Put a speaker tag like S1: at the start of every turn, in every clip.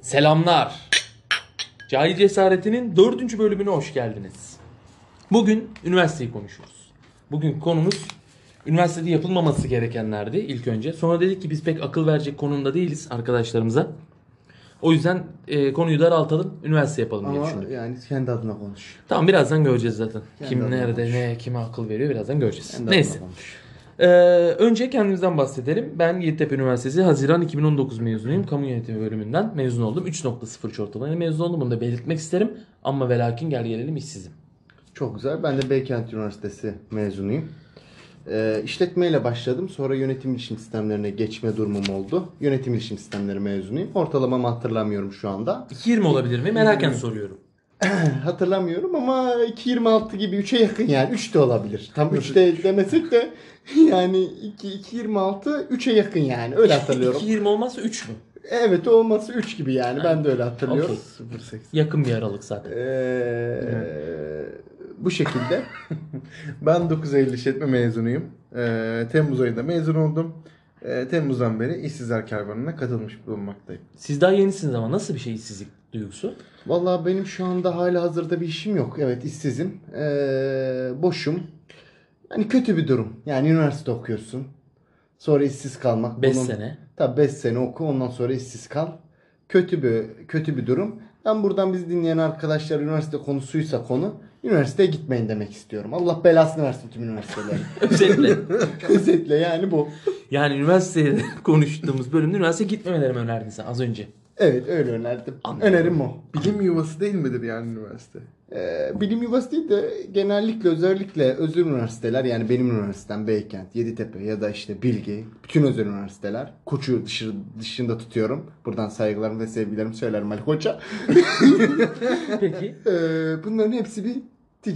S1: Selamlar. Cahil Cesaretinin dördüncü bölümüne hoş geldiniz. Bugün üniversiteyi konuşuyoruz. Bugün konumuz üniversitede yapılmaması gerekenlerdi ilk önce. Sonra dedik ki biz pek akıl verecek konumda değiliz arkadaşlarımıza. O yüzden e, konuyu daraltalım, üniversite yapalım diye
S2: Ama
S1: düşündük.
S2: yani kendi adına konuş.
S1: Tamam birazdan göreceğiz zaten.
S2: Kendi
S1: Kim
S2: adına
S1: nerede,
S2: konuş.
S1: ne, kime akıl veriyor birazdan göreceğiz.
S2: Kendi
S1: Neyse.
S2: adına konuş.
S1: Ee, önce kendimizden bahsedelim. Ben Yeditepe Üniversitesi Haziran 2019 mezunuyum. Kamu yönetimi bölümünden mezun oldum. 3.0 ortalamayla mezun oldum. Bunu da belirtmek isterim. Ama ve lakin gel gelelim işsizim.
S2: Çok güzel. Ben de Beykent Üniversitesi mezunuyum. Ee, işletmeyle başladım. Sonra yönetim ilişim sistemlerine geçme durumum oldu. Yönetim ilişim sistemleri mezunuyum. Ortalamamı hatırlamıyorum şu anda.
S1: 2.20 olabilir mi? Meraken soruyorum.
S2: Hatırlamıyorum ama 2.26 gibi 3'e yakın yani. 3 de olabilir. Tam 3 de demesek de yani 2 2.26 3'e yakın yani. Öyle hatırlıyorum.
S1: 2.20 olmazsa 3 mü?
S2: evet olması 3 gibi yani. Ben de öyle hatırlıyorum.
S1: Okey.
S2: 0.8.
S1: Yakın bir aralık zaten.
S3: Ee,
S2: Bu şekilde.
S3: ben 9 Eylül işletme mezunuyum. Ee, Temmuz ayında mezun oldum. Ee, Temmuz'dan beri işsizler kervanına katılmış bulunmaktayım.
S1: Siz daha yenisiniz ama nasıl bir şey işsizlik duygusu?
S2: Vallahi benim şu anda hala hazırda bir işim yok. Evet işsizim. Ee, boşum. Yani kötü bir durum. Yani üniversite okuyorsun. Sonra işsiz kalmak.
S1: 5
S2: Bunun-
S1: sene.
S2: Tabii 5 sene oku ondan sonra işsiz kal. Kötü bir kötü bir durum. Ben buradan bizi dinleyen arkadaşlar üniversite konusuysa konu üniversiteye gitmeyin demek istiyorum. Allah belasını versin tüm üniversitelerin.
S1: Özetle.
S2: Özetle yani bu.
S1: yani üniversitede konuştuğumuz bölümde üniversiteye gitmemelerimi önerdin sen az önce.
S2: Evet öyle önerdim.
S1: Anladım.
S2: Önerim o.
S3: Bilim yuvası değil midir yani üniversite?
S2: Ee, bilim yuvası değil de genellikle özellikle özel üniversiteler yani benim üniversitem Beykent, Yeditepe ya da işte Bilgi bütün özel üniversiteler Koç'u dışarı, dışında tutuyorum. Buradan saygılarım ve sevgilerimi söylerim Ali Koç'a.
S1: Peki.
S2: Ee, bunların hepsi bir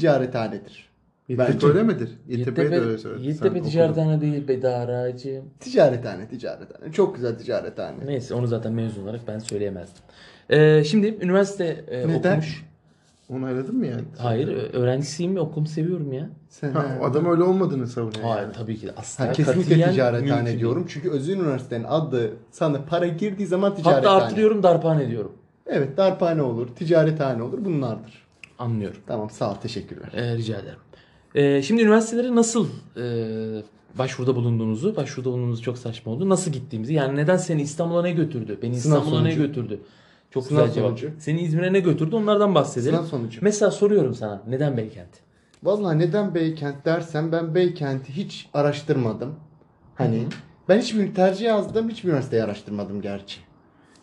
S2: ticarethanedir.
S3: Yeditepe öyle midir? Yeditepe'yi de öyle
S1: Yeditepe,
S3: söyledin.
S1: Yeditepe
S3: Sen
S1: ticarethane değil bedaracım.
S2: Ticarethane, ticarethane. Çok güzel ticarethane.
S1: Neyse onu zaten mezun olarak ben söyleyemezdim. Ee, şimdi üniversite e,
S2: Neden?
S1: okumuş.
S3: okudun. Onu aradın mı yani?
S1: Hayır ö- öğrencisiyim ve okulumu seviyorum ya.
S2: Sen,
S3: Ha, o adam öyle olmadığını savunuyor.
S1: Hayır
S3: yani.
S1: tabii ki de asla
S2: Ha, kesinlikle
S1: katiyen
S2: ticarethane
S1: mümkün
S2: diyorum.
S1: değil.
S2: Çünkü özel üniversitenin adı sana para girdiği zaman ticarethane.
S1: Hatta arttırıyorum darphane diyorum.
S2: Evet darphane olur, ticarethane olur bunlardır.
S1: Anlıyorum.
S2: Tamam sağ ol teşekkürler.
S1: Ee, rica ederim. Ee, şimdi üniversitelere nasıl e, başvuruda bulunduğunuzu, başvuruda bulunduğunuz çok saçma oldu. Nasıl gittiğimizi yani neden seni İstanbul'a ne götürdü? Beni
S2: Sınav
S1: İstanbul'a ne
S2: sonucu.
S1: götürdü? Çok
S2: Sınav
S1: güzel cevap.
S2: sonucu.
S1: Seni İzmir'e ne götürdü? Onlardan bahsedelim.
S2: Sınav sonucu.
S1: Mesela soruyorum sana neden Beykent?
S2: Vallahi neden Beykent dersen ben Beykent'i hiç araştırmadım. Hani ben hiçbir tercih yazdım, hiçbir üniversiteyi araştırmadım gerçi.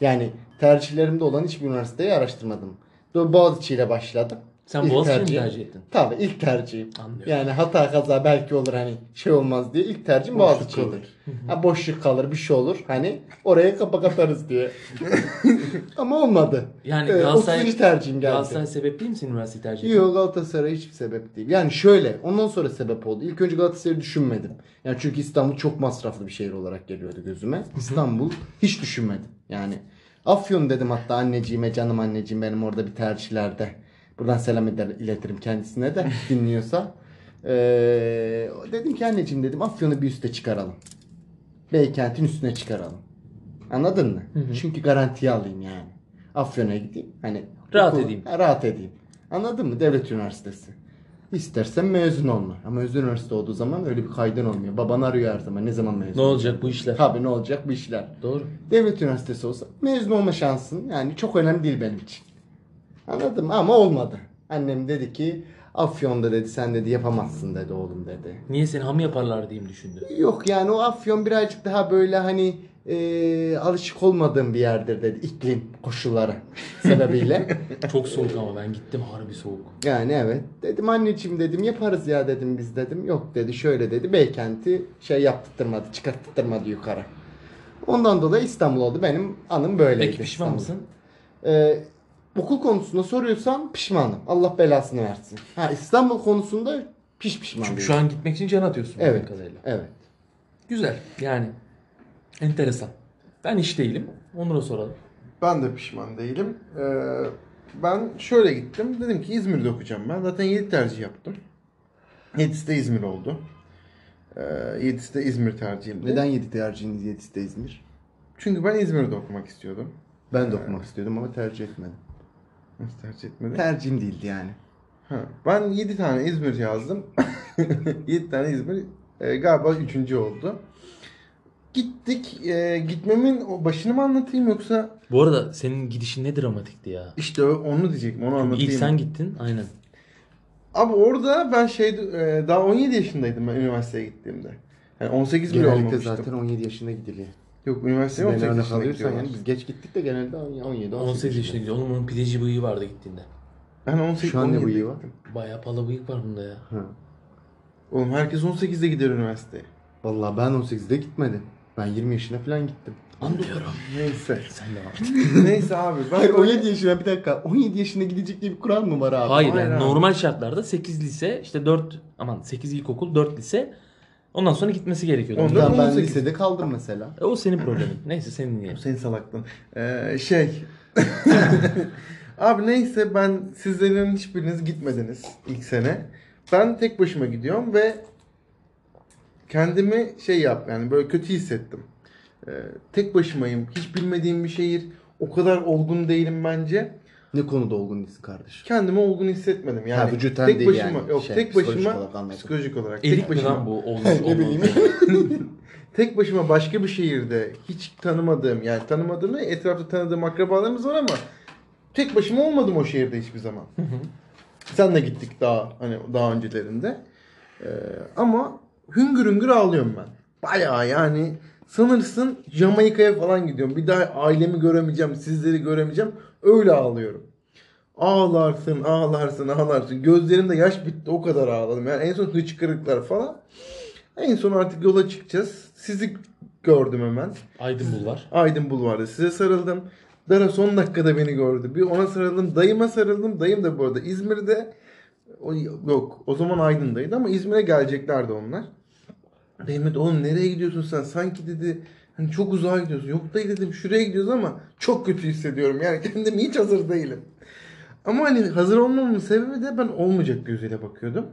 S2: Yani tercihlerimde olan hiçbir üniversiteyi araştırmadım. Do- Boğaziçi ile başladım.
S1: Sen
S2: İlk
S1: Boğaziçi'ni mi
S2: tercihim-
S1: tercih ettin?
S2: Tabii ilk tercihim.
S1: Anlıyorum.
S2: Yani hata kaza belki olur hani şey olmaz diye ilk tercihim
S3: Boşluk
S2: Boğaziçi'ydi.
S3: kalır.
S2: Ha boşluk kalır bir şey olur hani oraya kapak atarız diye. Ama olmadı.
S1: Yani
S2: Ee,
S1: Galatasaray-
S2: 30. tercihim geldi.
S1: Galatasaray sebepli misin üniversite tercih ettin?
S2: Yok Galatasaray hiçbir sebep değil. Yani şöyle ondan sonra sebep oldu. İlk önce Galatasaray'ı düşünmedim. Yani çünkü İstanbul çok masraflı bir şehir olarak geliyordu gözüme. İstanbul hiç düşünmedim. Yani Afyon dedim hatta anneciğime canım anneciğim benim orada bir tercihlerde. Buradan selam eder, iletirim kendisine de dinliyorsa. Ee, dedim ki anneciğim dedim Afyon'u bir üste çıkaralım. Beykent'in üstüne çıkaralım. Anladın mı? Çünkü garantiye alayım yani. Afyon'a gideyim. Hani
S1: Rahat edeyim.
S2: Ha, rahat edeyim. Anladın mı? Devlet üniversitesi. İstersen mezun olma. Ama özel üniversite olduğu zaman öyle bir kaydın olmuyor. Baban arıyor her zaman. Ne zaman mezun?
S1: Ne olacak bu işler?
S2: Tabii ne olacak bu işler.
S1: Doğru.
S2: Devlet üniversitesi olsa mezun olma şansın yani çok önemli değil benim için. Anladım ama olmadı. Annem dedi ki Afyon'da dedi sen dedi yapamazsın dedi oğlum dedi.
S1: Niye seni ham yaparlar diyeyim düşündü.
S2: Yok yani o Afyon birazcık daha böyle hani e, alışık olmadığım bir yerdir dedi iklim koşulları sebebiyle.
S1: Çok soğuk ama ben gittim harbi soğuk.
S2: yani evet dedim anneciğim dedim yaparız ya dedim biz dedim. Yok dedi şöyle dedi Beykent'i şey yaptırmadı çıkarttırmadı yukarı. Ondan dolayı İstanbul oldu benim anım böyleydi.
S1: Peki pişman
S2: İstanbul.
S1: mısın?
S2: Ee, okul konusunda soruyorsan pişmanım. Allah belasını versin. Ha İstanbul konusunda piş pişman
S1: Çünkü
S2: değilim.
S1: şu an gitmek için can atıyorsun. bildiğim
S2: evet.
S1: kadarıyla.
S2: Evet.
S1: Güzel yani. Enteresan. Ben iş değilim. Onur'a soralım.
S3: Ben de pişman değilim. Ee, ben şöyle gittim. Dedim ki İzmir'de okuyacağım ben. Zaten 7 tercih yaptım. 7'si de İzmir oldu. Ee, 7'si de İzmir tercihimdi.
S2: Neden yedi tercihiniz yedisi de İzmir?
S3: Çünkü ben İzmir'de okumak istiyordum.
S2: Ben de okumak istiyordum ama tercih etmedim.
S3: Nasıl tercih etmedin?
S2: Tercihim değildi yani.
S3: Ha, Ben 7 tane İzmir yazdım. 7 tane İzmir e, galiba 3. oldu. Gittik. e, gitmemin o başını mı anlatayım yoksa
S1: Bu arada senin gidişin ne dramatikti ya.
S3: işte o- onu diyecektim onu anlatayım.
S1: İlk sen gittin aynen.
S3: Abi orada ben şey e, daha 17 yaşındaydım ben üniversiteye gittiğimde. Yani 18 bile
S2: Genellikle
S3: olmamıştım.
S2: zaten 17 yaşına gidiliyor.
S3: Yok üniversiteye
S2: Beni
S3: 18
S2: örnek
S3: yaşında
S2: alıyorsan yani
S3: gidiyorlar.
S2: biz geç gittik de genelde 17
S1: 18 yaşında gidiyor. Oğlum onun pideci bıyığı vardı gittiğinde.
S3: Ben 18
S2: Şu an ne
S3: 17
S2: bıyığı var?
S1: Bayağı pala bıyık var bunda ya.
S2: Ha.
S3: Oğlum herkes 18'de gider üniversiteye.
S2: Vallahi ben 18'de gitmedim. Ben 20 yaşına falan gittim.
S1: Anlıyorum.
S3: Neyse.
S1: Sen de var.
S3: Neyse abi. Ben
S2: Hayır 17 yaşına bir dakika. 17 yaşına gidecek diye bir kural mı var abi?
S1: Hayır
S3: Hayır
S1: yani
S3: abi.
S1: normal şartlarda 8 lise işte 4 aman 8 ilkokul 4 lise ondan sonra gitmesi gerekiyordu.
S3: Ondan-
S2: Ondan ben
S3: 18.
S2: lisede kaldım mesela.
S1: E, o senin problemin. Neyse senin niye?
S3: Senin salaklığın. Ee, şey. Abi neyse ben sizlerin hiçbiriniz gitmediniz ilk sene. Ben tek başıma gidiyorum ve kendimi şey yap yani böyle kötü hissettim. Ee, tek başımayım. Hiç bilmediğim bir şehir. O kadar olgun değilim bence.
S2: Ne konuda olgun değilsin kardeş?
S3: Kendimi olgun hissetmedim. Yani
S2: Ha, vücuten
S3: tek
S2: değil
S3: başıma
S2: yani.
S3: yok
S2: Şey,
S3: tek
S2: psikolojik
S3: başıma
S2: olarak anladım.
S3: psikolojik olarak tek
S1: Erik mi
S3: başıma
S1: lan bu olmuş
S2: Ne bileyim.
S1: olmamış?
S3: tek başıma başka bir şehirde hiç tanımadığım yani tanımadığım değil, etrafta tanıdığım akrabalarımız var ama tek başıma olmadım o şehirde hiçbir zaman. Senle gittik daha hani daha öncelerinde. Ee, ama hüngür hüngür ağlıyorum ben. Bayağı yani sanırsın Jamaika'ya falan gidiyorum. Bir daha ailemi göremeyeceğim, sizleri göremeyeceğim. Öyle ağlıyorum. Ağlarsın, ağlarsın, ağlarsın. Gözlerimde yaş bitti o kadar ağladım. Yani en son hıçkırıklar falan. En son artık yola çıkacağız. Sizi gördüm hemen.
S1: Aydın Bulvar.
S3: Aydın Bulvar'da size sarıldım. Dara son dakikada beni gördü. Bir ona sarıldım. Dayıma sarıldım. Dayım da bu arada İzmir'de. O, yok o zaman Aydın'daydı ama İzmir'e geleceklerdi onlar. Dayım dedi oğlum nereye gidiyorsun sen? Sanki dedi hani çok uzağa gidiyorsun. Yok dayı dedim şuraya gidiyoruz ama çok kötü hissediyorum. Yani kendimi hiç hazır değilim. Ama hani hazır olmamamın sebebi de ben olmayacak gözüyle bakıyordum.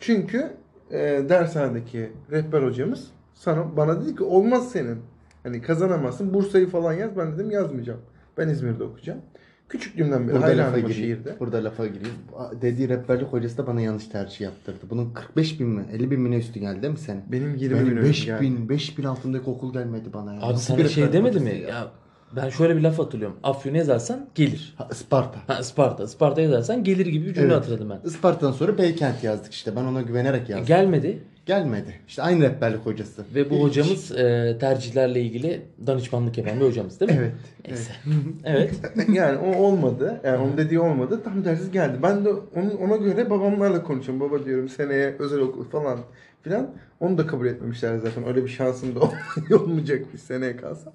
S3: Çünkü e, dershanedeki rehber hocamız sana bana dedi ki olmaz senin. Hani kazanamazsın. Bursa'yı falan yaz. Ben dedim yazmayacağım. Ben İzmir'de okuyacağım. Küçüklüğümden beri
S2: Burada lafa
S3: hayranım o
S2: gireyim.
S3: şehirde.
S2: Burada lafa gireyim. A- Dediği rapperlik hocası da bana yanlış tercih yaptırdı. Bunun 45 bin mi? 50 bin mi ne üstü geldi değil mi senin?
S3: Benim 20
S2: Benim
S3: bin
S2: 5
S3: önce geldi.
S2: bin, 5 bin altındaki okul gelmedi bana ya.
S1: Abi
S2: Nasıl
S1: sana
S2: bir
S1: şey
S2: rapper
S1: demedi
S2: hocası
S1: mi? Ya ben şöyle bir laf hatırlıyorum. Afyon yazarsan gelir.
S2: Ha, Isparta.
S1: Ha Isparta. Isparta yazarsan gelir gibi bir cümle
S2: Evet.
S1: hatırladım ben.
S2: Isparta'dan sonra Beykent yazdık işte. Ben ona güvenerek yazdım.
S1: Gelmedi
S2: Gelmedi. İşte aynı rehberlik hocası.
S1: ve bu
S2: İlginç.
S1: hocamız e, tercihlerle ilgili danışmanlık yapan bir hocamız değil mi?
S2: Evet.
S1: Neyse. evet.
S3: yani o olmadı. Yani onun dediği olmadı. Tam tersi geldi. Ben de onun, ona göre babamlarla konuşuyorum. Baba diyorum seneye özel okul falan filan. Onu da kabul etmemişler zaten. Öyle bir şansım da olmayacak bir seneye kalsam.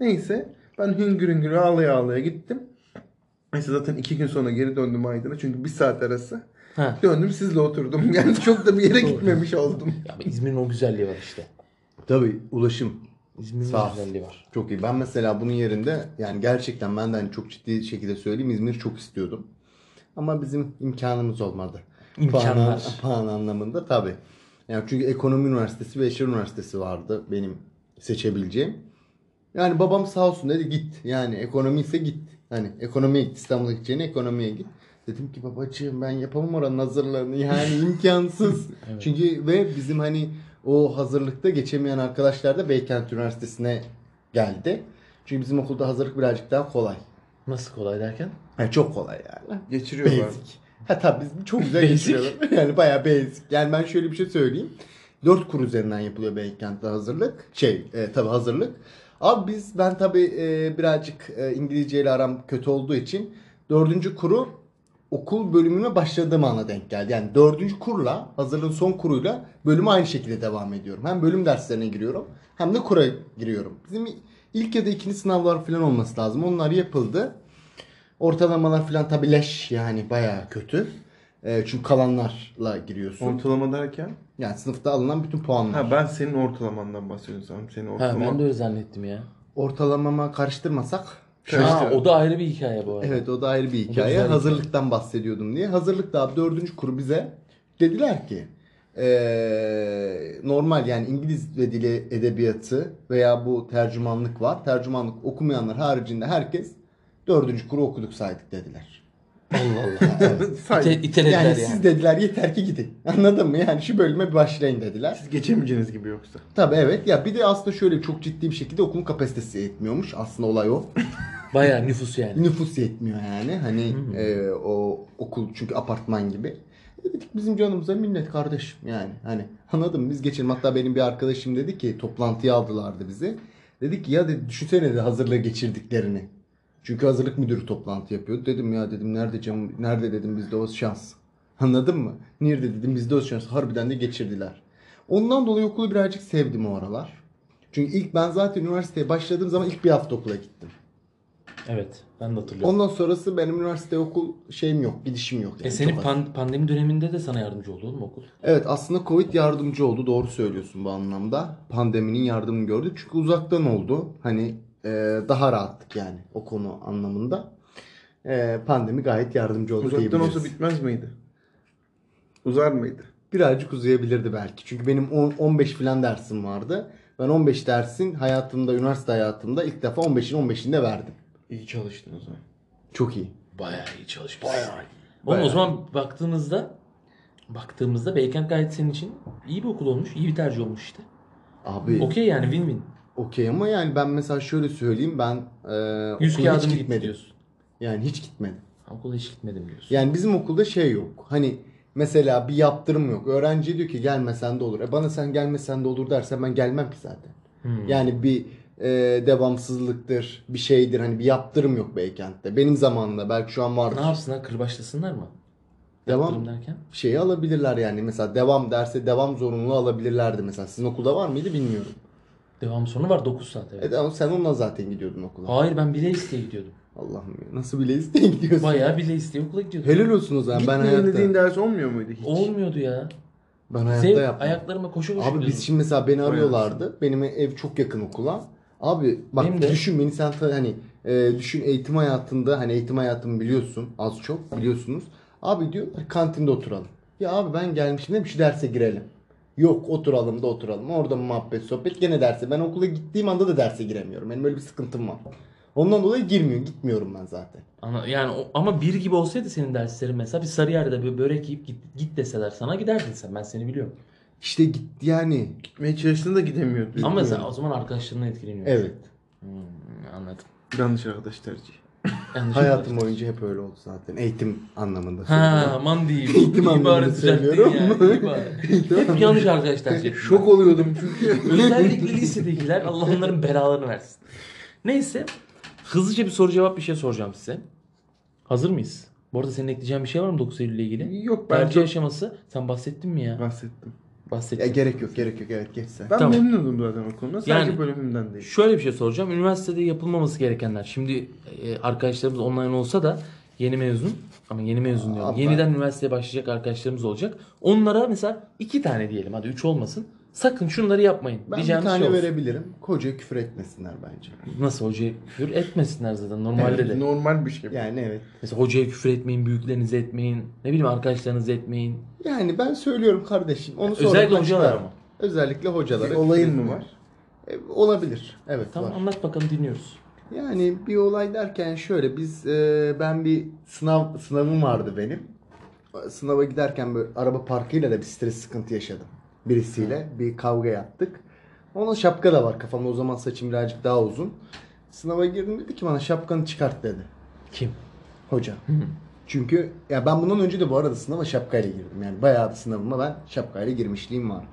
S3: Neyse ben hüngür hüngür ağlaya ağlaya gittim. Neyse zaten iki gün sonra geri döndüm Aydın'a. Çünkü bir saat arası.
S1: Ha.
S3: Döndüm sizle oturdum. Yani çok da bir yere gitmemiş oldum.
S1: Ya İzmir'in o güzelliği var işte.
S2: Tabii ulaşım
S1: İzmir'in
S2: Sağ
S1: o
S2: ol.
S1: güzelliği var.
S2: çok iyi. Ben mesela bunun yerinde yani gerçekten ben de hani çok ciddi şekilde söyleyeyim İzmir'i çok istiyordum. Ama bizim imkanımız olmadı.
S1: İmkanlar.
S2: Puan, puan anlamında tabii. Yani çünkü ekonomi üniversitesi ve Eşer Üniversitesi vardı benim seçebileceğim. Yani babam sağ olsun dedi git. Yani ekonomi ise git. Hani ekonomiye git. İstanbul'a gideceğine ekonomiye git. Dedim ki babacığım ben yapamam oranın hazırlığını. Yani imkansız. Çünkü ve bizim hani o hazırlıkta geçemeyen arkadaşlar da Beykent Üniversitesi'ne geldi. Çünkü bizim okulda hazırlık birazcık daha kolay.
S1: Nasıl kolay derken?
S2: Yani çok kolay yani.
S3: Geçiriyorlar.
S2: Basic. Ha tabii biz çok güzel
S1: Basic.
S2: geçiriyorlar. Yani bayağı basic. Yani ben şöyle bir şey söyleyeyim. 4 kur üzerinden yapılıyor Beykent'te hazırlık. Şey e, tabii hazırlık. Abi biz ben tabii e, birazcık e, İngilizce ile aram kötü olduğu için 4. kuru okul bölümüne başladığım ana denk geldi. Yani 4. kurla hazırlığın son kuruyla bölüme aynı şekilde devam ediyorum. Hem bölüm derslerine giriyorum hem de kura giriyorum. Bizim ilk ya da ikinci sınavlar falan olması lazım. Onlar yapıldı. Ortalamalar falan tabi leş yani bayağı kötü. E, çünkü kalanlarla giriyorsun.
S3: Ortalama derken?
S2: Yani sınıfta alınan bütün puanlar.
S3: Ha ben senin ortalamandan bahsediyorum sanırım. Senin
S1: Ha,
S3: ortalaman.
S1: ben de öyle zannettim ya.
S2: Ortalamama karıştırmasak.
S1: Ha,
S3: Karıştı.
S1: o da ayrı bir hikaye bu arada.
S2: Evet o da ayrı bir hikaye.
S1: güzel bir
S2: Hazırlıktan bahsediyordum diye. Hazırlıkta abi dördüncü kuru bize dediler ki eee, normal yani İngiliz ve dili edebiyatı veya bu tercümanlık var. Tercümanlık okumayanlar haricinde herkes Dördüncü kuru okuduk saydık dediler.
S1: Allah Allah. İte,
S3: Say,
S1: itelediler
S2: Yani
S1: yani.
S2: siz dediler yeter ki gidin. Anladın mı? Yani şu bölüme bir başlayın dediler.
S3: siz geçemeyeceğiniz gibi yoksa.
S2: Tabii evet. Ya bir de aslında şöyle çok ciddi bir şekilde okulun kapasitesi yetmiyormuş. Aslında olay o.
S1: Bayağı nüfus yani.
S2: Nüfus yetmiyor yani. Hani e, o okul çünkü apartman gibi. Dedik bizim canımıza minnet kardeşim yani. Hani anladın mı? Biz geçelim. Hatta benim bir arkadaşım dedi ki toplantıya aldılardı bizi. Dedik ki ya dedi, düşünsene de hazırlığı geçirdiklerini. Çünkü hazırlık müdürü toplantı yapıyordu. Dedim ya dedim nerede cam, nerede dedim bizde o şans. Anladın mı? Nerede dedim bizde o şans. Harbiden de geçirdiler. Ondan dolayı okulu birazcık sevdim o aralar. Çünkü ilk ben zaten üniversiteye başladığım zaman ilk bir hafta okula gittim.
S1: Evet. Ben de hatırlıyorum.
S2: Ondan sonrası benim üniversite okul şeyim yok, gidişim yok. yani
S1: E senin
S2: çok az.
S1: pan- pandemi döneminde de sana yardımcı oldu oğlum okul.
S2: Evet aslında Covid yardımcı oldu. Doğru söylüyorsun bu anlamda. Pandeminin yardımını gördük. Çünkü uzaktan oldu. Hani e, daha rahattık yani o konu anlamında. E, pandemi gayet yardımcı oldu
S3: Uzaktan
S2: diyebiliriz.
S3: olsa bitmez miydi? Uzar mıydı?
S2: Birazcık uzayabilirdi belki. Çünkü benim on- 15 filan dersim vardı. Ben 15 dersin hayatımda, üniversite hayatımda ilk defa 15'in 15'inde verdim.
S3: İyi çalıştın o zaman.
S2: Çok iyi.
S1: Bayağı iyi çalışmışsın. Oğlum o zaman baktığımızda baktığımızda Beykent gayet senin için iyi bir okul olmuş. iyi bir tercih olmuş işte.
S2: Abi
S1: Okey yani win win.
S2: okey ama yani ben mesela şöyle söyleyeyim ben e,
S1: Yüz
S2: okula
S1: kağıdım
S2: hiç
S1: gitti
S2: gitmedim.
S1: diyorsun.
S2: Yani hiç gitmedim.
S1: Okula hiç gitmedim diyorsun.
S2: Yani bizim okulda şey yok. Hani mesela bir yaptırım yok. Öğrenci diyor ki gelmesen de olur. E bana sen gelmesen de olur dersen ben gelmem ki zaten.
S1: Hmm.
S2: Yani bir e, devamsızlıktır, bir şeydir. Hani bir yaptırım yok Beykent'te. Benim zamanımda belki şu an vardır.
S1: Ne yapsınlar? Kırbaçlasınlar mı? Durum
S2: Devam
S1: derken.
S2: şeyi alabilirler yani. Mesela devam derse devam zorunluluğu alabilirlerdi mesela. Sizin okulda var mıydı bilmiyorum.
S1: Devam sonu var 9 saat evet.
S2: E, de- sen onunla zaten gidiyordun okula.
S1: Hayır ben bile isteye gidiyordum.
S2: Allah'ım ya, nasıl bileyiz diye gidiyorsun.
S1: Bayağı bile isteye okula gidiyordum.
S2: Helal olsun o zaman. Ben
S3: Gitmeyin
S2: hayatta,
S3: dediğin ders olmuyor muydu hiç?
S1: Olmuyordu ya.
S2: ben hayatta
S1: Sev,
S2: yapmam.
S1: ayaklarıma koşu koşu
S2: Abi
S1: gidiyordum.
S2: biz şimdi mesela beni
S3: Bayağı
S2: arıyorlardı. Benim ev çok yakın okula. Abi bak
S1: Benim de.
S2: düşün beni sen ta- hani e, düşün eğitim hayatında hani eğitim hayatımı biliyorsun az çok biliyorsunuz. Abi diyor kantinde oturalım. Ya abi ben gelmişim demiş şu derse girelim. Yok oturalım da oturalım. Orada muhabbet sohbet gene derse. Ben okula gittiğim anda da derse giremiyorum. Benim öyle bir sıkıntım var. Ondan dolayı girmiyor. Gitmiyorum ben zaten.
S1: Ana- yani o- ama bir gibi olsaydı senin derslerin mesela bir Sarıyer'de bir börek yiyip git, git deseler sana giderdin sen. Ben seni biliyorum.
S2: İşte gitti yani.
S3: Gitmeye çalıştığında gidemiyordun.
S1: Ama mesela o zaman arkadaşlarından etkileniyor.
S2: Evet.
S1: Hmm, anladım.
S3: Yanlış arkadaş tercihi.
S1: Yanlış
S2: Hayatım
S1: anladım.
S2: boyunca hep öyle oldu zaten. Eğitim anlamında. söylüyorum.
S1: Ha aman diyeyim.
S2: Eğitim
S1: İyi
S2: anlamında
S1: bari düzelttin
S2: söylüyorum.
S1: ya, iyi bari. Hep yanlış arkadaş tercih ettim
S3: Şok oluyordum çünkü.
S1: ben. Özellikle lisedekiler Allah onların belalarını versin. Neyse. Hızlıca bir soru cevap bir şey soracağım size. Hazır mıyız? Bu arada senin ekleyeceğin bir şey var mı 9 Eylül ile ilgili?
S3: Yok ben
S1: Tercih
S3: çok şey
S1: aşaması. Sen bahsettin mi ya?
S3: bahsettim.
S2: Ya
S1: Bahsettim.
S2: gerek yok gerek yok evet geç sen.
S3: Ben
S1: Tamam.
S3: memnunum zaten o konuda. Sadece
S1: Yani-
S3: bölümümden değil.
S1: Şöyle bir şey soracağım. Üniversitede yapılmaması gerekenler. Şimdi e, arkadaşlarımız online olsa da yeni mezun ama yeni mezun diyorum.
S2: Abi
S1: Yeniden üniversiteye başlayacak arkadaşlarımız olacak. Onlara mesela iki tane diyelim hadi üç olmasın. Sakın şunları yapmayın.
S2: Ben bir
S1: diyeceğimiz
S2: tane
S1: şey olsun.
S2: verebilirim. Koca küfür etmesinler bence.
S1: Nasıl hocaya küfür etmesinler zaten normalde de.
S3: Normal bir şey. bu.
S2: Yani evet.
S1: Mesela hocaya küfür etmeyin, büyüklerinize etmeyin, ne bileyim arkadaşlarınıza etmeyin.
S2: Yani ben söylüyorum kardeşim. Onu sonra
S1: Özellikle
S2: konuşalım.
S1: hocalar ama.
S2: Özellikle hocalara.
S3: Bir
S2: küfür
S3: olayın mı
S2: etmeyin.
S3: var?
S2: E, olabilir. Evet
S1: Tamam
S2: var.
S1: anlat bakalım dinliyoruz.
S2: Yani bir olay derken şöyle biz e, ben bir sınav sınavım vardı benim. Sınava giderken böyle araba parkıyla da bir stres sıkıntı yaşadım. Birisiyle bir kavga yaptık. Onun şapka da var kafamda o zaman saçım birazcık daha uzun. Sınava girdim dedi ki bana şapkanı çıkart dedi.
S1: Kim?
S2: Hoca. Çünkü ya ben bundan önce de bu arada sınava şapkayla girdim. Yani bayağı bir sınavıma ben şapkayla girmişliğim var.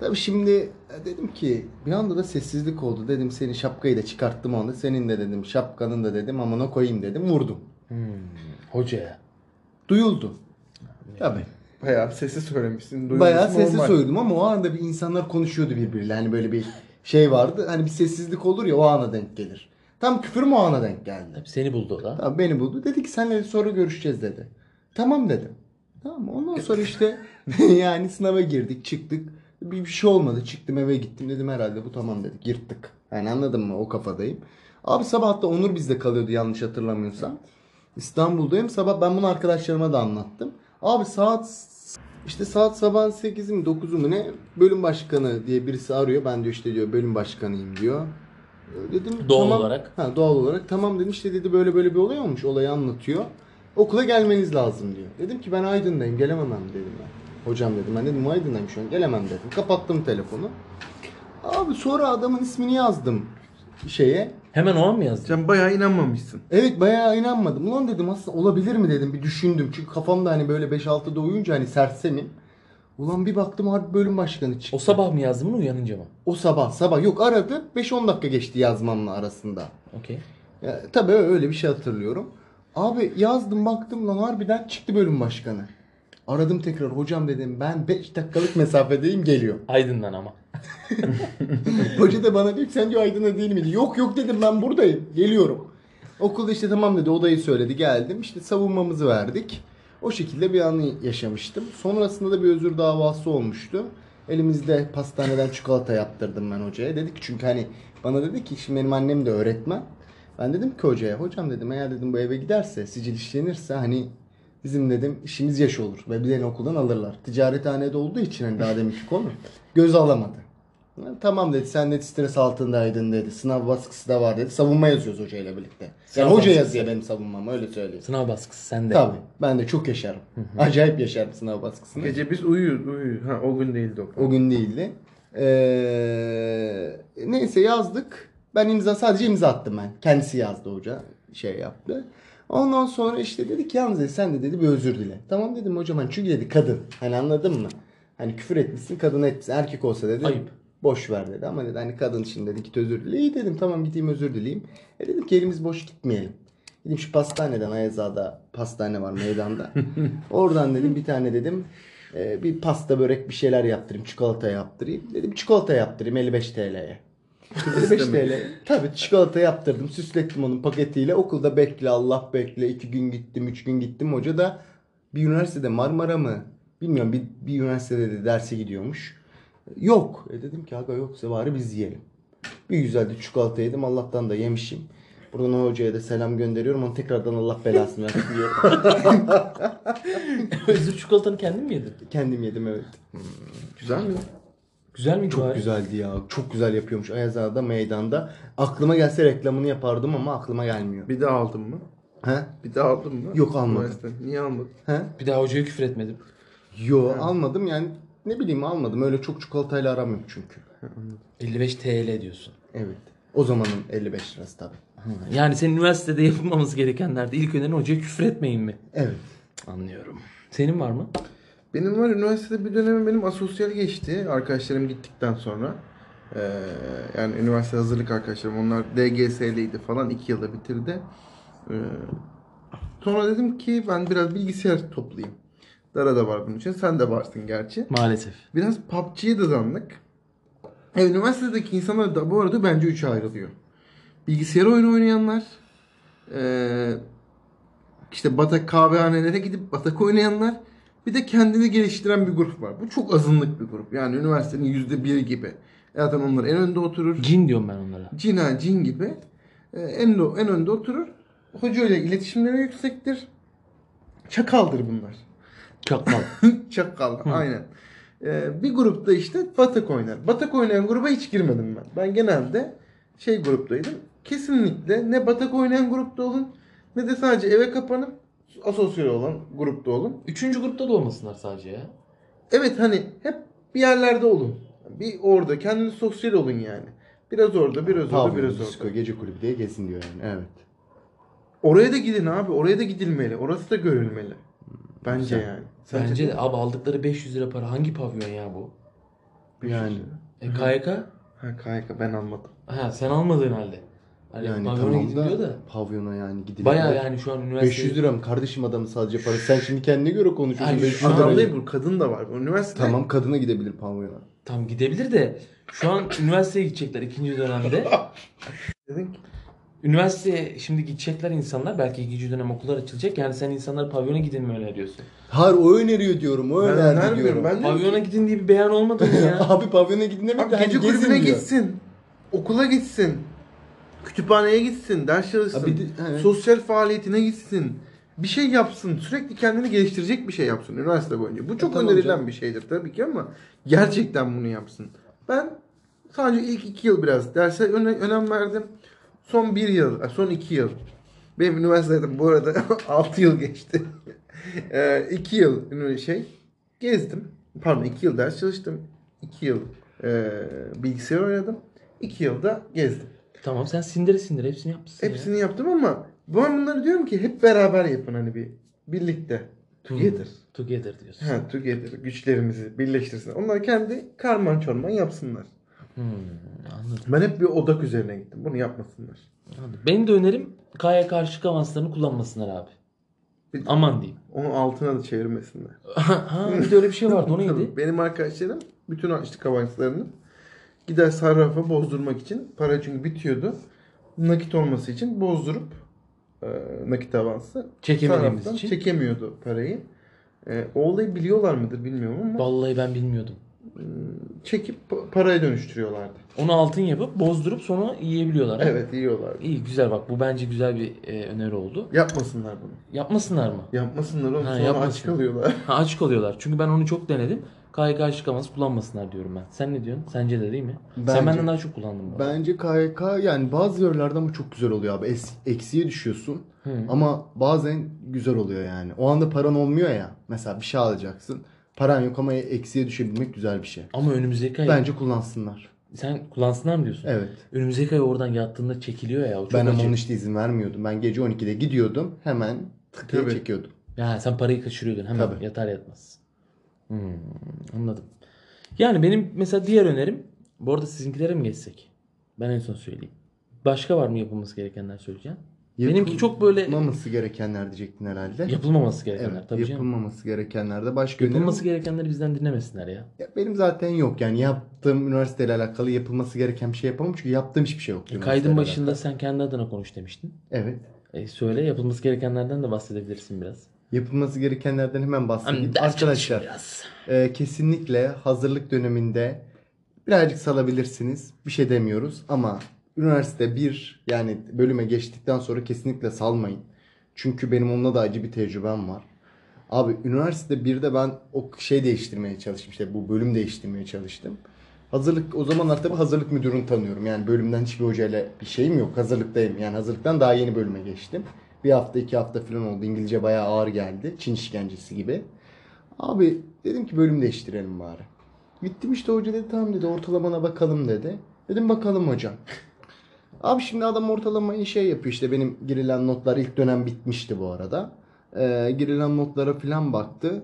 S2: Tabii şimdi e, dedim ki bir anda da sessizlik oldu. Dedim senin şapkayı da çıkarttım onu. Senin de dedim şapkanın da dedim amına koyayım dedim. Vurdum.
S1: Hmm, hocaya.
S2: Duyuldu. Tabii.
S3: Bayağı sesi söylemişsin. duyulması
S2: Bayağı sesi
S3: normal.
S2: söyledim ama o anda bir insanlar konuşuyordu birbiriyle. Hani böyle bir şey vardı. Hani bir sessizlik olur ya o ana denk gelir. Tam küfürüm o ana denk geldi.
S1: Tabii seni buldu o da.
S2: Tamam beni buldu. Dedi ki senle sonra görüşeceğiz dedi. Tamam dedim. Tamam mı? ondan sonra işte yani sınava girdik çıktık. Bir, bir şey olmadı çıktım eve gittim dedim herhalde bu tamam dedik yırttık. Yani anladın mı o kafadayım. Abi sabah da Onur bizde kalıyordu yanlış hatırlamıyorsam. İstanbul'dayım sabah ben bunu arkadaşlarıma da anlattım. Abi saat işte saat sabahın 8'i mi 9'u mu ne bölüm başkanı diye birisi arıyor. Ben diyor işte diyor bölüm başkanıyım diyor. Dedim
S1: Doğal
S2: tamam.
S1: olarak.
S2: Ha, doğal olarak. Tamam dedim işte dedi böyle böyle bir olay olmuş. Olayı anlatıyor. Okula gelmeniz lazım diyor. Dedim ki ben Aydın'dayım gelememem dedim ben. Hocam dedim ben dedim Aydın'dayım şu an gelemem dedim. Kapattım telefonu. Abi sonra adamın ismini yazdım şeye.
S1: Hemen o an mı yazdın?
S3: Sen bayağı inanmamışsın.
S2: Evet bayağı inanmadım. Ulan dedim aslında olabilir mi dedim bir düşündüm. Çünkü kafamda hani böyle 5-6'da uyuyunca hani sersemim. Ulan bir baktım harbi bölüm başkanı çıktı.
S1: O sabah mı yazdın bunu uyanınca mı?
S2: O sabah sabah yok aradı 5-10 dakika geçti yazmamla arasında.
S1: Okey.
S2: Ya, tabii öyle bir şey hatırlıyorum. Abi yazdım baktım lan harbiden çıktı bölüm başkanı. Aradım tekrar hocam dedim ben 5 dakikalık mesafedeyim geliyor.
S1: Aydın'dan ama.
S2: Hoca da bana diyor ki sen diyor Aydın'a değil miydi? Yok yok dedim ben buradayım geliyorum. Okulda işte tamam dedi odayı söyledi geldim işte savunmamızı verdik. O şekilde bir anı yaşamıştım. Sonrasında da bir özür davası olmuştu. Elimizde pastaneden çikolata yaptırdım ben hocaya. Dedi ki çünkü hani bana dedi ki şimdi benim annem de öğretmen. Ben dedim ki hocaya hocam dedim eğer dedim bu eve giderse sicil işlenirse hani bizim dedim işimiz yaş olur ve bizi okuldan alırlar. Ticarethanede olduğu için hani daha deminki konu göz alamadı. Ha, Tamam dedi sen dedi stres altındaydın dedi. Sınav baskısı da var dedi. Savunma yazıyoruz hocayla birlikte.
S1: Sınav
S2: Yani hoca
S1: baskısı.
S2: yazıyor benim savunmamı öyle söyleyeyim.
S1: Sınav baskısı sende.
S2: Tabii ben de çok yaşarım. Acayip yaşarım sınav baskısını.
S3: Gece biz uyuyoruz uyuyoruz. Ha o gün değildi o.
S2: O gün değildi. Ee, neyse yazdık. Ben imza sadece imza attım ben. Kendisi yazdı hoca. Şey yaptı. Ondan sonra işte dedi ki yalnız dedi, sen de dedi bir özür dile. Tamam dedim hocam hani çünkü dedi kadın. Hani anladın mı? Hani küfür etmişsin kadın etmişsin. Erkek olsa dedi.
S1: Ayıp.
S2: Boş ver dedi ama dedi hani kadın için dedi git özür dile. İyi dedim tamam gideyim özür dileyim. E dedim ki elimiz boş gitmeyelim. Dedim şu pastaneden Ayazağa'da pastane var meydanda. Oradan dedim bir tane dedim e, bir pasta börek bir şeyler yaptırayım. Çikolata yaptırayım. Dedim çikolata yaptırayım 55 TL'ye. 55 TL. Tabii çikolata yaptırdım. Süslettim onun paketiyle. Okulda bekle Allah bekle. 2 gün gittim 3 gün gittim. Hoca da bir üniversitede Marmara mı? Bilmiyorum bir, bir üniversitede de derse gidiyormuş. Yok. E dedim ki aga yoksa bari biz yiyelim. Bir güzel de çikolata yedim. Allah'tan da yemişim. Buradan o hocaya da selam gönderiyorum. Onu tekrardan Allah belasını versin diyorum.
S1: Özür çikolatanı kendin mi yedin?
S2: Kendim yedim evet.
S3: Güzel mi?
S1: Güzel miydi
S2: Çok
S1: bari?
S2: güzeldi ya. Çok güzel yapıyormuş Ayaz Ağa'da meydanda. Aklıma gelse reklamını yapardım ama aklıma gelmiyor.
S3: Bir daha aldın mı?
S2: He?
S3: Bir daha aldın mı?
S2: Yok, almadım.
S3: Üniversiteden. Niye almadın?
S2: He?
S1: Bir daha hocaya küfür etmedim.
S2: Yo almadım yani ne bileyim almadım. Öyle çok çikolatayla aram yok çünkü.
S1: 55 TL diyorsun.
S2: Evet. O zamanın 55 lirası tabii.
S1: Yani senin üniversitede yapılmaması gerekenlerde ilk önerin hocaya küfür etmeyin mi?
S2: Evet.
S1: Anlıyorum. Senin var mı?
S3: Benim var üniversitede bir dönemim benim asosyal geçti. Arkadaşlarım gittikten sonra. Ee, yani üniversite hazırlık arkadaşlarım. Onlar DGS'liydi falan. iki yılda bitirdi. Ee, sonra dedim ki ben biraz bilgisayar toplayayım. Dara da var bunun için. Sen de varsın gerçi.
S1: Maalesef.
S3: Biraz PUBG'ye dadandık. E, üniversitedeki insanlar da bu arada bence üçe ayrılıyor. Bilgisayar oyunu oynayanlar, e, işte batak kahvehanelere gidip batak oynayanlar, bir de kendini geliştiren bir grup var. Bu çok azınlık bir grup. Yani üniversitenin yüzde bir gibi. Zaten onlar en önde oturur.
S1: Cin diyorum ben onlara.
S3: Cin ha cin gibi. E, en, en önde oturur. Hocayla iletişimleri yüksektir. Çakaldır bunlar.
S1: Çakal.
S3: Çakal aynen. Ee, bir grupta işte batak oynar. Batak oynayan gruba hiç girmedim ben. Ben genelde şey gruptaydım. Kesinlikle ne batak oynayan grupta olun ne de sadece eve kapanıp asosyal olan grupta olun.
S1: Üçüncü grupta da olmasınlar sadece ya.
S3: Evet hani hep bir yerlerde olun. Bir orada kendiniz sosyal olun yani. Biraz orada, biraz orada,
S2: Pavlov,
S3: biraz
S2: Disco,
S3: orada.
S2: gece kulübü diye gezin diyor yani. Evet.
S3: Oraya da gidin abi. Oraya da gidilmeli. Orası da görülmeli. Bence yani. Sence
S1: Bence de abi aldıkları 500 lira para hangi pavyon ya bu?
S2: Yani.
S1: E, KYK?
S3: Ha kanka ben anladım.
S1: Ha sen almadığın halde. Hani
S2: Yani
S1: pavyona
S2: tamam
S1: gidin diyor da.
S2: da pavyona yani gidilir.
S1: Baya yani şu an üniversite
S2: 500 lira mı kardeşim adamın sadece parası? Sen şimdi kendine göre konuşuyorsun.
S1: Ay,
S2: 500
S1: şu an-
S3: Adam
S2: lira.
S3: değil bu. Kadın da var. Bu Üniversite.
S2: Tamam kadına gidebilir pavyona.
S1: tam gidebilir de şu an üniversiteye gidecekler ikinci dönemde.
S3: Dedin ki
S1: Üniversiteye şimdi gidecekler insanlar belki ikinci dönem okullar açılacak. Yani sen insanlara pavyona gidin mi öneriyorsun?
S2: Hayır o öneriyor diyorum. O
S3: Ben
S2: önerdi
S3: önermiyorum,
S2: diyorum.
S3: ben diyorum
S1: Pavyona gidin diye bir beyan olmadı mı ya?
S2: Abi pavyona gidin demek
S3: Abi
S2: de hani
S3: gece
S2: gezin
S3: kulübüne
S2: diyor.
S3: gitsin. Okula gitsin. Kütüphaneye gitsin. Ders çalışsın.
S2: Ha bir de- evet.
S3: Sosyal faaliyetine gitsin. Bir şey yapsın. Sürekli kendini geliştirecek bir şey yapsın üniversite boyunca. Bu çok
S2: tamam
S3: önerilen
S2: canım.
S3: bir şeydir tabii ki ama gerçekten bunu yapsın. Ben Sadece ilk iki yıl biraz derse öne- önem verdim. Son bir yıl, e, son iki yıl. Benim üniversitede bu arada 6 yıl geçti. 2 yıl ünü- şey gezdim. Pardon 2 yıl ders çalıştım. 2 yıl e, bilgisayar oynadım. 2 yılda gezdim.
S1: Tamam sen sindire sindire hepsini yapmışsın ya.
S3: Hepsini yaptım ama ben bunları diyorum ki hep beraber yapın hani bir birlikte. Together.
S1: Together diyorsun.
S3: Ha, together. Güçlerimizi birleştirsin. Onlar kendi karman çorman yapsınlar.
S1: Hmm, anladım.
S3: Ben hep bir odak üzerine gittim. Bunu yapmasınlar.
S1: anladım. Benim de önerim K'ya karşı avanslarını kullanmasınlar abi.
S3: Bir-
S1: Aman diyeyim.
S3: Onu altına da çevirmesinler.
S1: ha bir de öyle bir şey vardı o neydi?
S3: Tabii, Benim arkadaşlarım bütün açlık kavanslarını gider sarrafa bozdurmak için para çünkü bitiyordu. Nakit olması için bozdurup e, nakit avansı
S1: Çekemediğimiz
S3: sarraftan
S1: için.
S3: çekemiyordu parayı. E, o olayı biliyorlar mıdır bilmiyorum ama
S1: Vallahi ben bilmiyordum.
S3: çekip pa- paraya dönüştürüyorlardı.
S1: Onu altın yapıp bozdurup sonra yiyebiliyorlar. ha?
S3: Evet yiyorlardı.
S1: İyi güzel bak bu bence güzel bir e, öneri oldu.
S3: Yapmasınlar bunu.
S1: Yapmasınlar mı?
S3: Yapmasınlar onu
S1: Ha,
S3: sonra aç
S1: yapmasın.
S3: kalıyorlar.
S1: Ha, aç kalıyorlar. Çünkü ben onu çok denedim. KYK açık havası kullanmasınlar diyorum ben. Sen ne diyorsun? Sence de değil mi? Sen
S2: Bence-
S1: benden daha çok kullandın. bu arada.
S2: Bence KYK yani bazı yerlerde ama çok güzel oluyor abi. Es- eksiye düşüyorsun
S1: Hı.
S2: ama bazen güzel oluyor yani. O anda paran olmuyor ya. Mesela bir şey alacaksın. Paran yok ama eksiye düşebilmek güzel bir şey.
S1: Ama önümüzdeki ay
S2: Bence kullansınlar.
S1: sen kullansınlar mı diyorsun?
S2: Evet.
S1: Önümüzdeki ay oradan yattığında çekiliyor ya. O çok
S2: ben ama
S1: acı.
S2: onun işte izin vermiyordum. Ben gece 12'de gidiyordum. Hemen tıkaya
S3: Tabii.
S2: çekiyordum.
S1: Ya sen parayı kaçırıyordun hemen
S2: Tabii.
S1: yatar yatmaz. Hmm, anladım. Yani benim mesela diğer önerim bu arada sizinkilere mi geçsek? Ben en son söyleyeyim. Başka var mı yapılması gerekenler söyleyeceğim. Benimki çok böyle-
S2: Yapılmaması gerekenler diyecektin herhalde.
S1: Yapılmaması gerekenler
S2: Evet,
S1: tabii canım.
S2: yapılmaması gerekenlerde başka önerim-
S1: Yapılması gerekenleri bizden dinlemesinler ya.
S2: Ya benim zaten yok yani yaptığım üniversiteyle alakalı yapılması gereken bir şey yapamam çünkü yaptığım hiçbir şey yok.
S1: E, Kaydın
S2: üniversiteyle
S1: başında
S2: alakalı.
S1: sen kendi adına konuş demiştin.
S2: Evet.
S1: E, söyle yapılması gerekenlerden de bahsedebilirsin biraz.
S2: Yapılması gerekenlerden hemen bahsedeyim.
S1: Hani ders çalışın
S2: Arkadaşlar
S1: biraz.
S2: e, kesinlikle hazırlık döneminde birazcık salabilirsiniz. Bir şey demiyoruz ama üniversite bir yani bölüme geçtikten sonra kesinlikle salmayın. Çünkü benim onunla da acı bir tecrübem var. Abi üniversite birde ben o şey değiştirmeye çalıştım. İşte bu bölüm değiştirmeye çalıştım. Hazırlık o zamanlar tabii hazırlık müdürünü tanıyorum. Yani bölümden hiçbir hocayla bir şeyim yok. Hazırlıktayım. Yani hazırlıktan daha yeni bölüme geçtim. Bir hafta iki hafta falan oldu. İngilizce bayağı ağır geldi. Çin işkencesi gibi. Abi dedim ki bölüm değiştirelim bari. Gittim işte hoca dedi tamam dedi ortalamana bakalım dedi. Dedim bakalım hocam. Abi şimdi adam ortalamayı şey yapıyor işte benim girilen notlar ilk dönem bitmişti bu arada. Ee, girilen notlara falan baktı.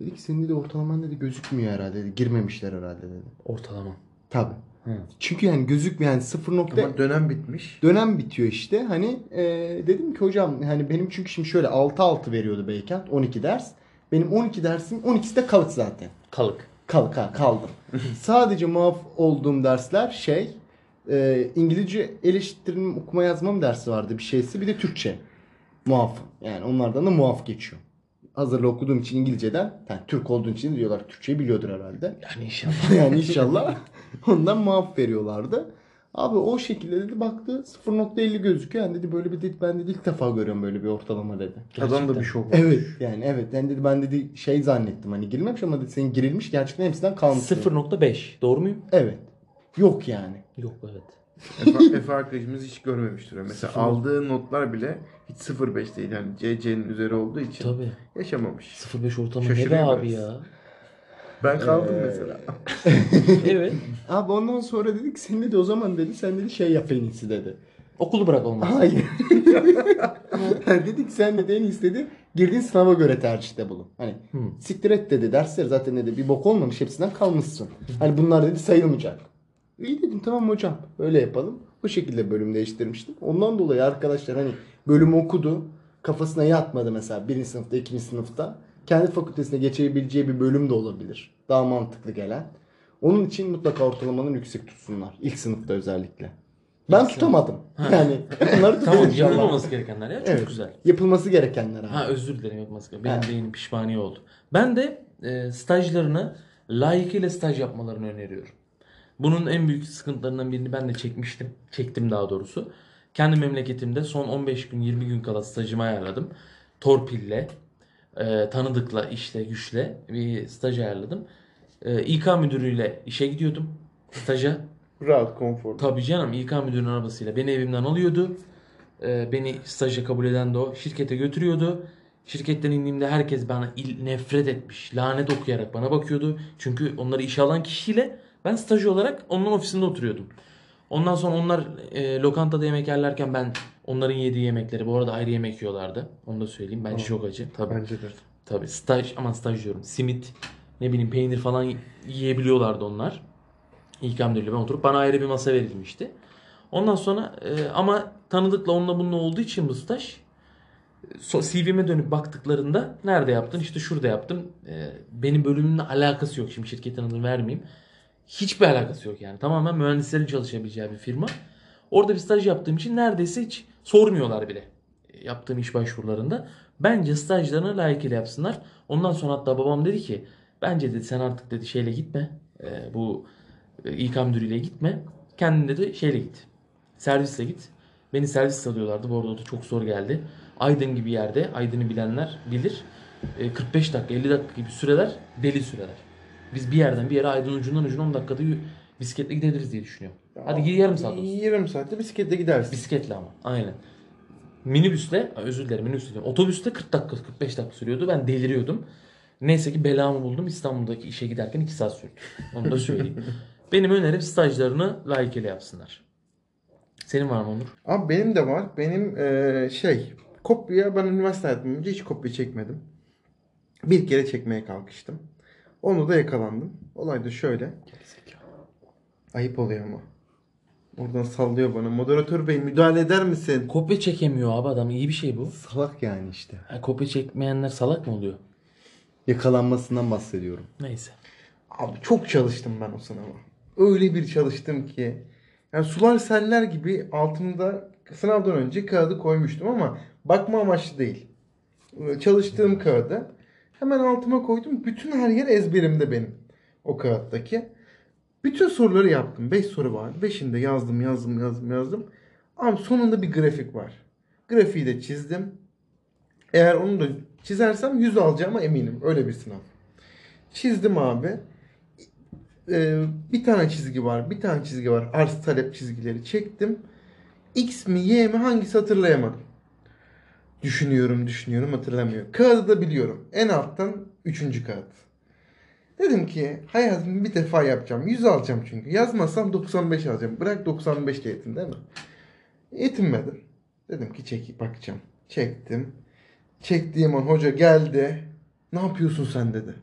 S2: Dedi ki senin de ortalaman dedi gözükmüyor herhalde dedi. Girmemişler herhalde dedi.
S1: Ortalama.
S2: Tabi.
S1: Hı.
S2: Çünkü yani gözükmeyen sıfır nokta
S3: Ama dönem bitmiş.
S2: dönem bitiyor işte. Hani e, dedim ki hocam hani benim çünkü şimdi şöyle 6-6 veriyordu Beykent 12 ders. Benim 12 dersim 12'si de kalık zaten.
S1: Kalık.
S2: Kalk ha, kaldım. Sadece muaf olduğum dersler şey e, İngilizce eleştirme okuma yazmam dersi vardı bir şeysi bir de Türkçe muaf. Yani onlardan da muaf geçiyor. Hazırla okuduğum için İngilizceden yani Türk olduğun için diyorlar Türkçeyi biliyordur herhalde.
S1: Yani inşallah.
S2: yani inşallah ondan muaf veriyorlardı. Abi o şekilde dedi baktı 0.50 gözüküyor. Yani dedi böyle bir dedi, ben dedi ilk defa görüyorum böyle bir ortalama dedi.
S3: Adam da
S1: Gerçekten.
S3: bir şok oldu.
S2: Evet yani evet. Yani dedi ben dedi şey zannettim hani girilmemiş ama dedi senin girilmiş gerçekten hepsinden kalmış.
S1: 0.5. Doğru muyum?
S2: Evet. Yok yani.
S1: Yok evet.
S3: Efe, Efe arkadaşımız hiç görmemiştir. Mesela
S1: Sıfır.
S3: aldığı notlar bile hiç 0.5 değil. Yani CC'nin üzeri olduğu için
S1: Tabii.
S3: yaşamamış.
S1: 0.5 ortalama ne be
S3: Şaşırıyor
S1: abi
S3: biraz.
S1: ya.
S3: Ben kaldım
S2: Ee,
S3: mesela.
S1: evet.
S2: Abi ondan sonra dedik sen dedi o zaman dedi sen dedi şey yap en iyisi dedi.
S1: Okulu bırak olmaz.
S2: Hayır. Yani dedik sen dedi en iyisi dedi girdiğin sınava göre tercihte bulun. Hani
S1: Hı.
S2: siktir et dedi dersler zaten dedi bir bok olmamış hepsinden kalmışsın. Hani bunlar dedi sayılmayacak. İyi dedim tamam hocam öyle yapalım. Bu şekilde bölüm değiştirmiştim. Ondan dolayı arkadaşlar hani bölümü okudu. Kafasına yatmadı mesela birinci sınıfta ikinci sınıfta. Kendi fakültesine geçebileceği bir bölüm de olabilir. Daha mantıklı gelen. Onun için mutlaka ortalamanın yüksek tutsunlar. İlk sınıfta özellikle. Ben
S1: sınıf.
S2: tutamadım. Yani bunları
S1: Tamam
S2: tutamadım.
S1: yapılmaması gerekenler ya. Çok
S2: Evet.
S1: güzel.
S2: Yapılması gerekenler abi.
S1: Ha özür dilerim yapılması gereken. Benim
S2: Ha.
S1: beynim pişmaniye oldu. Ben de e, stajlarını layıkıyla staj yapmalarını öneriyorum. Bunun en büyük sıkıntılarından birini ben de çekmiştim. Çektim daha doğrusu. Kendi memleketimde son 15 gün 20 gün kala stajımı ayarladım. Torpille, e, tanıdıkla, işle, güçle bir staj ayarladım. E, İK müdürüyle işe gidiyordum. Staja.
S3: Rahat, konforlu.
S1: Tabii canım İK müdürünün arabasıyla beni evimden alıyordu. Ee, beni staja kabul eden de o. Şirkete götürüyordu. Şirketten indiğimde herkes bana il, nefret etmiş. Lanet okuyarak bana bakıyordu. Çünkü onları işe alan kişiyle ben stajyer olarak onların ofisinde oturuyordum. Ondan sonra onlar e, lokantada yemek yerlerken ben onların yediği yemekleri bu arada ayrı yemek yiyorlardı. Onu da söyleyeyim. Bence çok acı. Tabii.
S3: Bence de.
S1: Tabii staj ama staj diyorum. Simit, ne bileyim peynir falan yiyebiliyorlardı onlar. İlk hamdülillah ben oturup bana ayrı bir masa verilmişti. Ondan sonra e, ama tanıdıkla onunla bununla olduğu için bu staj e, so, CV'me dönüp baktıklarında nerede yaptın? İşte şurada yaptım. E, benim bölümümle alakası yok. Şimdi şirketin adını vermeyeyim. Hiçbir alakası yok yani. Tamamen mühendislerin çalışabileceği bir firma. Orada bir staj yaptığım için neredeyse hiç sormuyorlar bile e, yaptığım iş başvurularında. Bence stajlarına layıkıyla yapsınlar. Ondan sonra hatta babam dedi ki bence dedi sen artık dedi şeyle gitme. E, bu e, İK müdürüyle gitme. Kendin dedi şeyle git. Servisle git. Beni servis alıyorlardı. Bu arada o da çok zor geldi. Aydın gibi yerde. Aydın'ı bilenler bilir. E, 45 dakika 50 dakika gibi süreler deli süreler. Biz bir yerden bir yere Aydın ucundan ucuna 10 dakikada yü- bisikletle gidebiliriz diye düşünüyorum. Hadi gir yarım saat olsun.
S3: Yarım saatte bisiklette gidersin.
S1: Bisikletle ama. Aynen. Minibüsle, ay özür dilerim minibüsle diyorum. Otobüsle 40 dakika 45 dakika sürüyordu. Ben deliriyordum. Neyse ki belamı buldum. İstanbul'daki işe giderken 2 saat sürdü. Onu da söyleyeyim. Benim önerim stajlarını layıkıyla yapsınlar. Senin var mı Onur?
S3: Abi benim de var. Benim eee, şey kopya ben üniversite hayatım önce hiç kopya çekmedim. Bir kere çekmeye kalkıştım. Onu da yakalandım. Olay da şöyle. Ayıp oluyor ama. Oradan sallıyor bana. Moderatör bey müdahale eder misin?
S1: Kopya çekemiyor abi adam. İyi bir şey bu.
S2: Salak yani işte.
S1: Ha, kopya çekmeyenler salak mı oluyor?
S2: Yakalanmasından bahsediyorum.
S1: Neyse.
S3: Abi çok çalıştım ben o sınava. Öyle bir çalıştım ki. Yani sular seller gibi altımda sınavdan önce kağıdı koymuştum ama bakma amaçlı değil. Ee, Çalıştığım kağıdı hemen altıma koydum. Bütün her yer ezberimde benim o kağıttaki. Bütün soruları yaptım. 5 soru var. 5'ini de yazdım, yazdım, yazdım, yazdım. Abi sonunda bir grafik var. Grafiği de çizdim. Eğer onu da çizersem 100 alacağıma eminim. Öyle bir sınav. Çizdim abi. Ee, bir tane çizgi var, bir tane çizgi var. Arz talep çizgileri çektim. X mi Y mi hangisi hatırlayamadım. Düşünüyorum, düşünüyorum, hatırlamıyorum. Kağıdı da biliyorum. En alttan üçüncü kağıt. Dedim ki hayatımı bir defa yapacağım. 100 alacağım çünkü. Yazmazsam 95 alacağım. Bırak 95 de yetin değil mi? Yetinmedim. Dedim ki çek bakacağım. Çektim. Çektiğim an hoca geldi. Ne yapıyorsun sen dedi.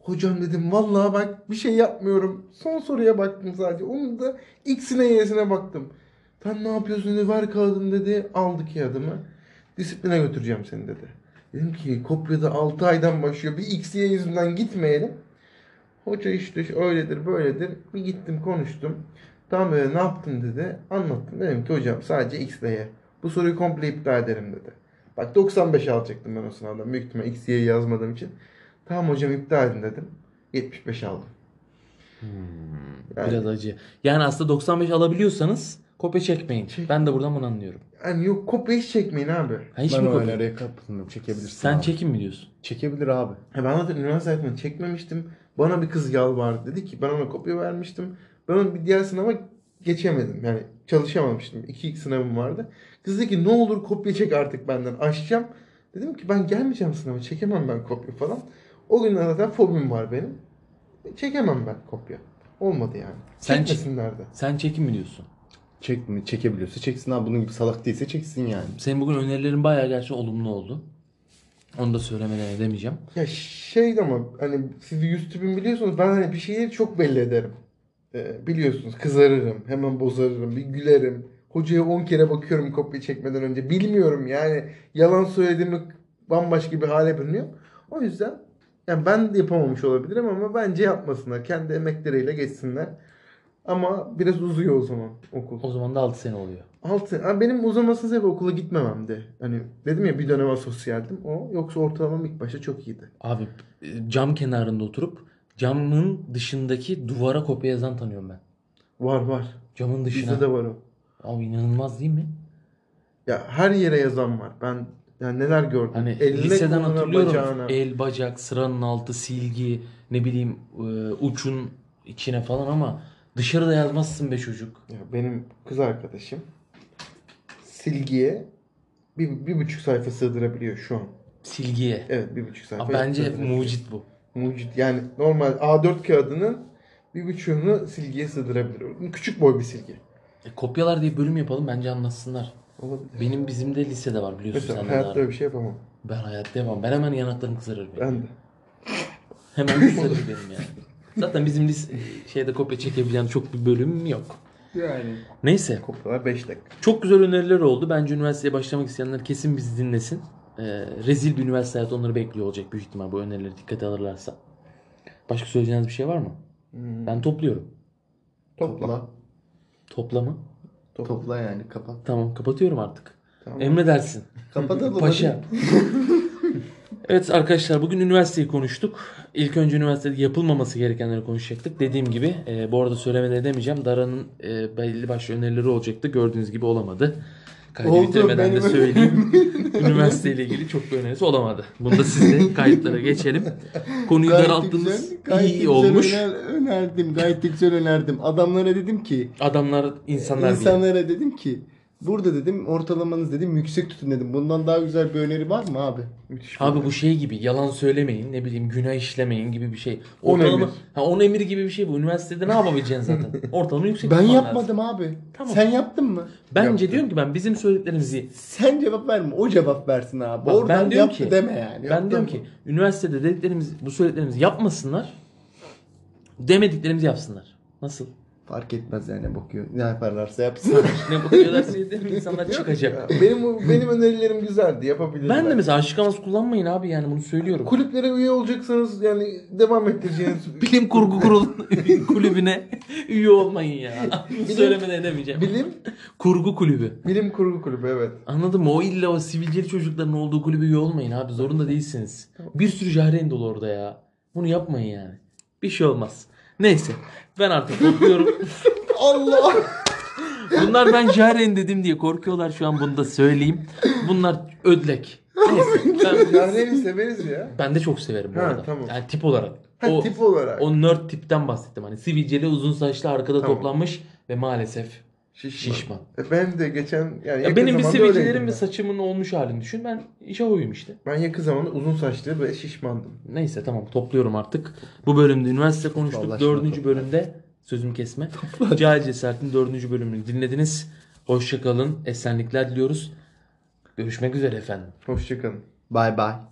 S3: Hocam dedim vallahi bak bir şey yapmıyorum. Son soruya baktım sadece. Onun da x'ine y'sine baktım. Sen ne yapıyorsun dedi. Ver kağıdını dedi. Aldı kağıdımı. Disipline götüreceğim seni dedi. Dedim ki kopyada 6 aydan başlıyor. Bir x y yüzünden gitmeyelim. Hoca işte öyledir böyledir. Bir gittim konuştum. Tamam dedi ne yaptın dedi. Anlattım. Dedim ki hocam sadece x ile y. Bu soruyu komple iptal ederim dedi. Bak 95 alacaktım ben o sınavdan. Büyük ihtimal x y'yi yazmadığım için. Tamam hocam iptal edin dedim. 75 aldım. Yani,
S1: Biraz acı. Yani aslında 95 alabiliyorsanız kopya çekmeyin.
S3: Çek-
S1: Ben de buradan bunu anlıyorum.
S3: yani yok kopya hiç çekmeyin abi.
S1: Ha, hiç
S2: ben
S1: mi
S2: o
S1: kopya?
S2: önereye kapılmıyorum. Çekebilirsin
S1: Sen
S2: abi.
S1: çekin mi diyorsun?
S2: Çekebilir abi.
S3: Ha, ben zaten üniversite hayatımda çekmemiştim. Bana bir kız yalvardı. Dedi ki ben ona kopya vermiştim. Ben onun bir diğer sınava geçemedim. Yani çalışamamıştım. İki sınavım vardı. Kız dedi ki ne olur kopya çek artık benden. Aşacağım. Dedim ki ben gelmeyeceğim sınava. Çekemem ben kopya falan. O günden zaten fobim var benim. Çekemem ben kopya. Olmadı yani.
S1: Sen çek-
S3: Çekmesinler de.
S1: Sen çekin mi diyorsun?
S2: Çek mi? Çekebiliyorsa çeksin abi. Bunun gibi salak değilse çeksin yani.
S1: Senin bugün önerilerin bayağı gerçi olumlu oldu. Onu da söylemeden edemeyeceğim.
S3: Ya şey de ama hani siz yüz tipim biliyorsunuz ben hani bir şeyi çok belli ederim. Ee, biliyorsunuz kızarırım, hemen bozarırım, bir gülerim. Hocaya 10 kere bakıyorum kopya çekmeden önce. Bilmiyorum yani yalan söylediğimi bambaşka bir hale bürünüyor. O yüzden yani ben de yapamamış olabilirim ama bence yapmasınlar. Kendi emekleriyle geçsinler. Ama biraz uzuyor o zaman okul.
S1: O zaman da 6 sene oluyor.
S3: Altı. Ha, benim uzaması sebebi okula gitmememdi. Hani dedim ya bir dönem asosyaldim. O yoksa ortalamam ilk başta çok iyiydi.
S1: Abi e, cam kenarında oturup camın dışındaki duvara kopya yazan tanıyorum ben.
S3: Var var.
S1: Camın dışına.
S3: Bizde de var o.
S1: Abi inanılmaz değil mi?
S3: Ya her yere yazan var. Ben yani neler gördüm.
S1: Hani
S3: Eline,
S1: liseden
S3: koluna,
S1: hatırlıyorum. E-
S3: bacağına.
S1: El, bacak, sıranın altı, silgi, ne bileyim e, uçun içine falan ama Dışarıda yazmazsın be çocuk.
S3: Ya benim kız arkadaşım silgiye bir, bir buçuk sayfa sığdırabiliyor şu an.
S1: Silgiye.
S3: Evet bir buçuk sayfa.
S1: Aa, bence hep
S3: sığdırabiliyor.
S1: mucit bu.
S3: Mucit yani normal A4 kağıdının bir buçuğunu silgiye sığdırabilir. Küçük boy bir silgi.
S1: E, kopyalar diye bölüm yapalım bence anlatsınlar.
S3: Olabilir.
S1: Benim bizim de lisede var biliyorsun
S3: Mesela
S1: sen de
S3: hayatta
S1: daha.
S3: öyle bir şey yapamam.
S1: Ben hayatta yapamam. Ben hemen yanaklarım kızarır benim.
S3: Ben de.
S1: Hemen kızarır benim yani. Zaten bizim lise şeyde kopya çekebileceğim çok bir bölüm yok.
S2: Yani.
S1: Neyse.
S3: Kopyalar 5 dakika.
S1: Çok güzel öneriler oldu. Bence üniversiteye başlamak isteyenler kesin bizi dinlesin. Ee, rezil bir üniversite hayatı onları bekliyor olacak büyük ihtimal bu önerileri dikkate alırlarsa. Başka söyleyeceğiniz bir şey var mı?
S3: Hmm.
S1: Ben topluyorum.
S3: Topla.
S2: Topla.
S1: Topla mı?
S3: Topla.
S2: Topla yani kapat.
S1: Tamam kapatıyorum artık.
S3: Tamam.
S1: Emredersin.
S2: Kapatalım.
S1: Paşa. evet arkadaşlar bugün üniversiteyi konuştuk. İlk önce üniversitede yapılmaması gerekenleri konuşacaktık. Dediğim gibi e, bu arada söylemeden edemeyeceğim. Dara'nın e, belli başlı önerileri olacaktı. Gördüğünüz gibi olamadı. Kaydı
S2: Oldu,
S1: bitirmeden de
S2: benim-
S1: söyleyeyim. Üniversiteyle ilgili çok bir önerisi olamadı. Bunu da siz de kayıtlara geçelim. Konuyu
S2: Gayet
S1: daralttığımız
S2: güzel- gayet
S1: iyi
S2: güzel
S1: olmuş.
S2: öner- önerdim. Gayet de güzel önerdim. Adamlara dedim ki
S1: Adamlar insanlar değil.
S2: insanlara dedim ki burada dedim ortalamanız dedim yüksek tutun dedim. Bundan daha güzel bir öneri var mı abi?
S3: Müthiş. bir-
S1: Abi bu şey gibi yalan söylemeyin ne bileyim günah işlemeyin gibi bir şey.
S3: On
S1: Ortalama,
S3: emir.
S1: ha, on emir gibi bir şey bu. Üniversitede ne yapabileceksin zaten? Ortalama yüksek
S2: Ben
S1: tutman lazım.
S2: yapmadım abi.
S1: Tamam.
S2: Sen yaptın mı?
S1: Bence
S3: Yaptım.
S1: diyorum ki ben bizim söylediklerimizi
S2: Sen cevap verme. O cevap versin abi.
S1: Bak,
S2: Oradan
S1: ben diyorum
S2: yaptı
S1: ki-
S2: deme yani.
S1: ben diyorum ki üniversitede dediklerimiz bu söylediklerimizi yapmasınlar. Demediklerimizi yapsınlar. Nasıl?
S2: Fark etmez yani bakıyor. Ne yaparlarsa yapsın.
S1: ne bakıyorlarsa yeter insanlar çıkacak.
S3: şey. Ya benim benim önerilerim güzeldi. Yapabilirim.
S1: Ben de mesela aşıklaması kullanmayın abi yani bunu söylüyorum.
S3: kulüplere üye olacaksanız yani devam ettireceğiniz
S1: Bilim Kurgu Kurulu kulübüne üye olmayın ya. Söylemeden edemeyeceğim.
S3: bilim
S1: Kurgu kulübü.
S3: bilim kurgu kulübü evet.
S1: Anladım o illa o sivilceli çocukların olduğu kulübe üye olmayın abi zorunda değilsiniz. Bir sürü jahren dolu orada ya. Bunu yapmayın yani. Bir şey olmaz. Neyse ben artık korkuyorum.
S2: Allah.
S1: Bunlar ben jahren dedim diye korkuyorlar şu an bunu da söyleyeyim. Bunlar ödlek. Neyse ben,
S3: Yerleri severiz ya.
S1: ben de çok severim bu
S3: Ha,
S1: arada.
S3: tamam.
S1: Yani tip olarak.
S3: Ha,
S1: o,
S3: tip olarak.
S1: o nerd tipten bahsettim hani sivilceli uzun saçlı arkada
S3: Tamam.
S1: toplanmış ve maalesef şişman.
S3: E, Ben de geçen yani
S1: Ya
S3: yakın
S1: benim bir
S3: zamanda
S1: sivilcelerim
S3: öyleydim
S1: ve
S3: ben.
S1: saçımın olmuş halini düşün. Ben işe oyum işte.
S3: Ben yakın zamanda uzun saçlı ve şişmandım.
S1: Neyse tamam topluyorum artık. Bu bölümde üniversite konuştuk.
S2: Allah aşkına
S1: dördüncü
S2: topla.
S1: bölümde sözüm kesme. Cahil Cesaret'in dördüncü bölümünü dinlediniz. Hoşçakalın. Esenlikler diliyoruz. Görüşmek üzere efendim.
S3: Hoşçakalın.
S2: Bye bye.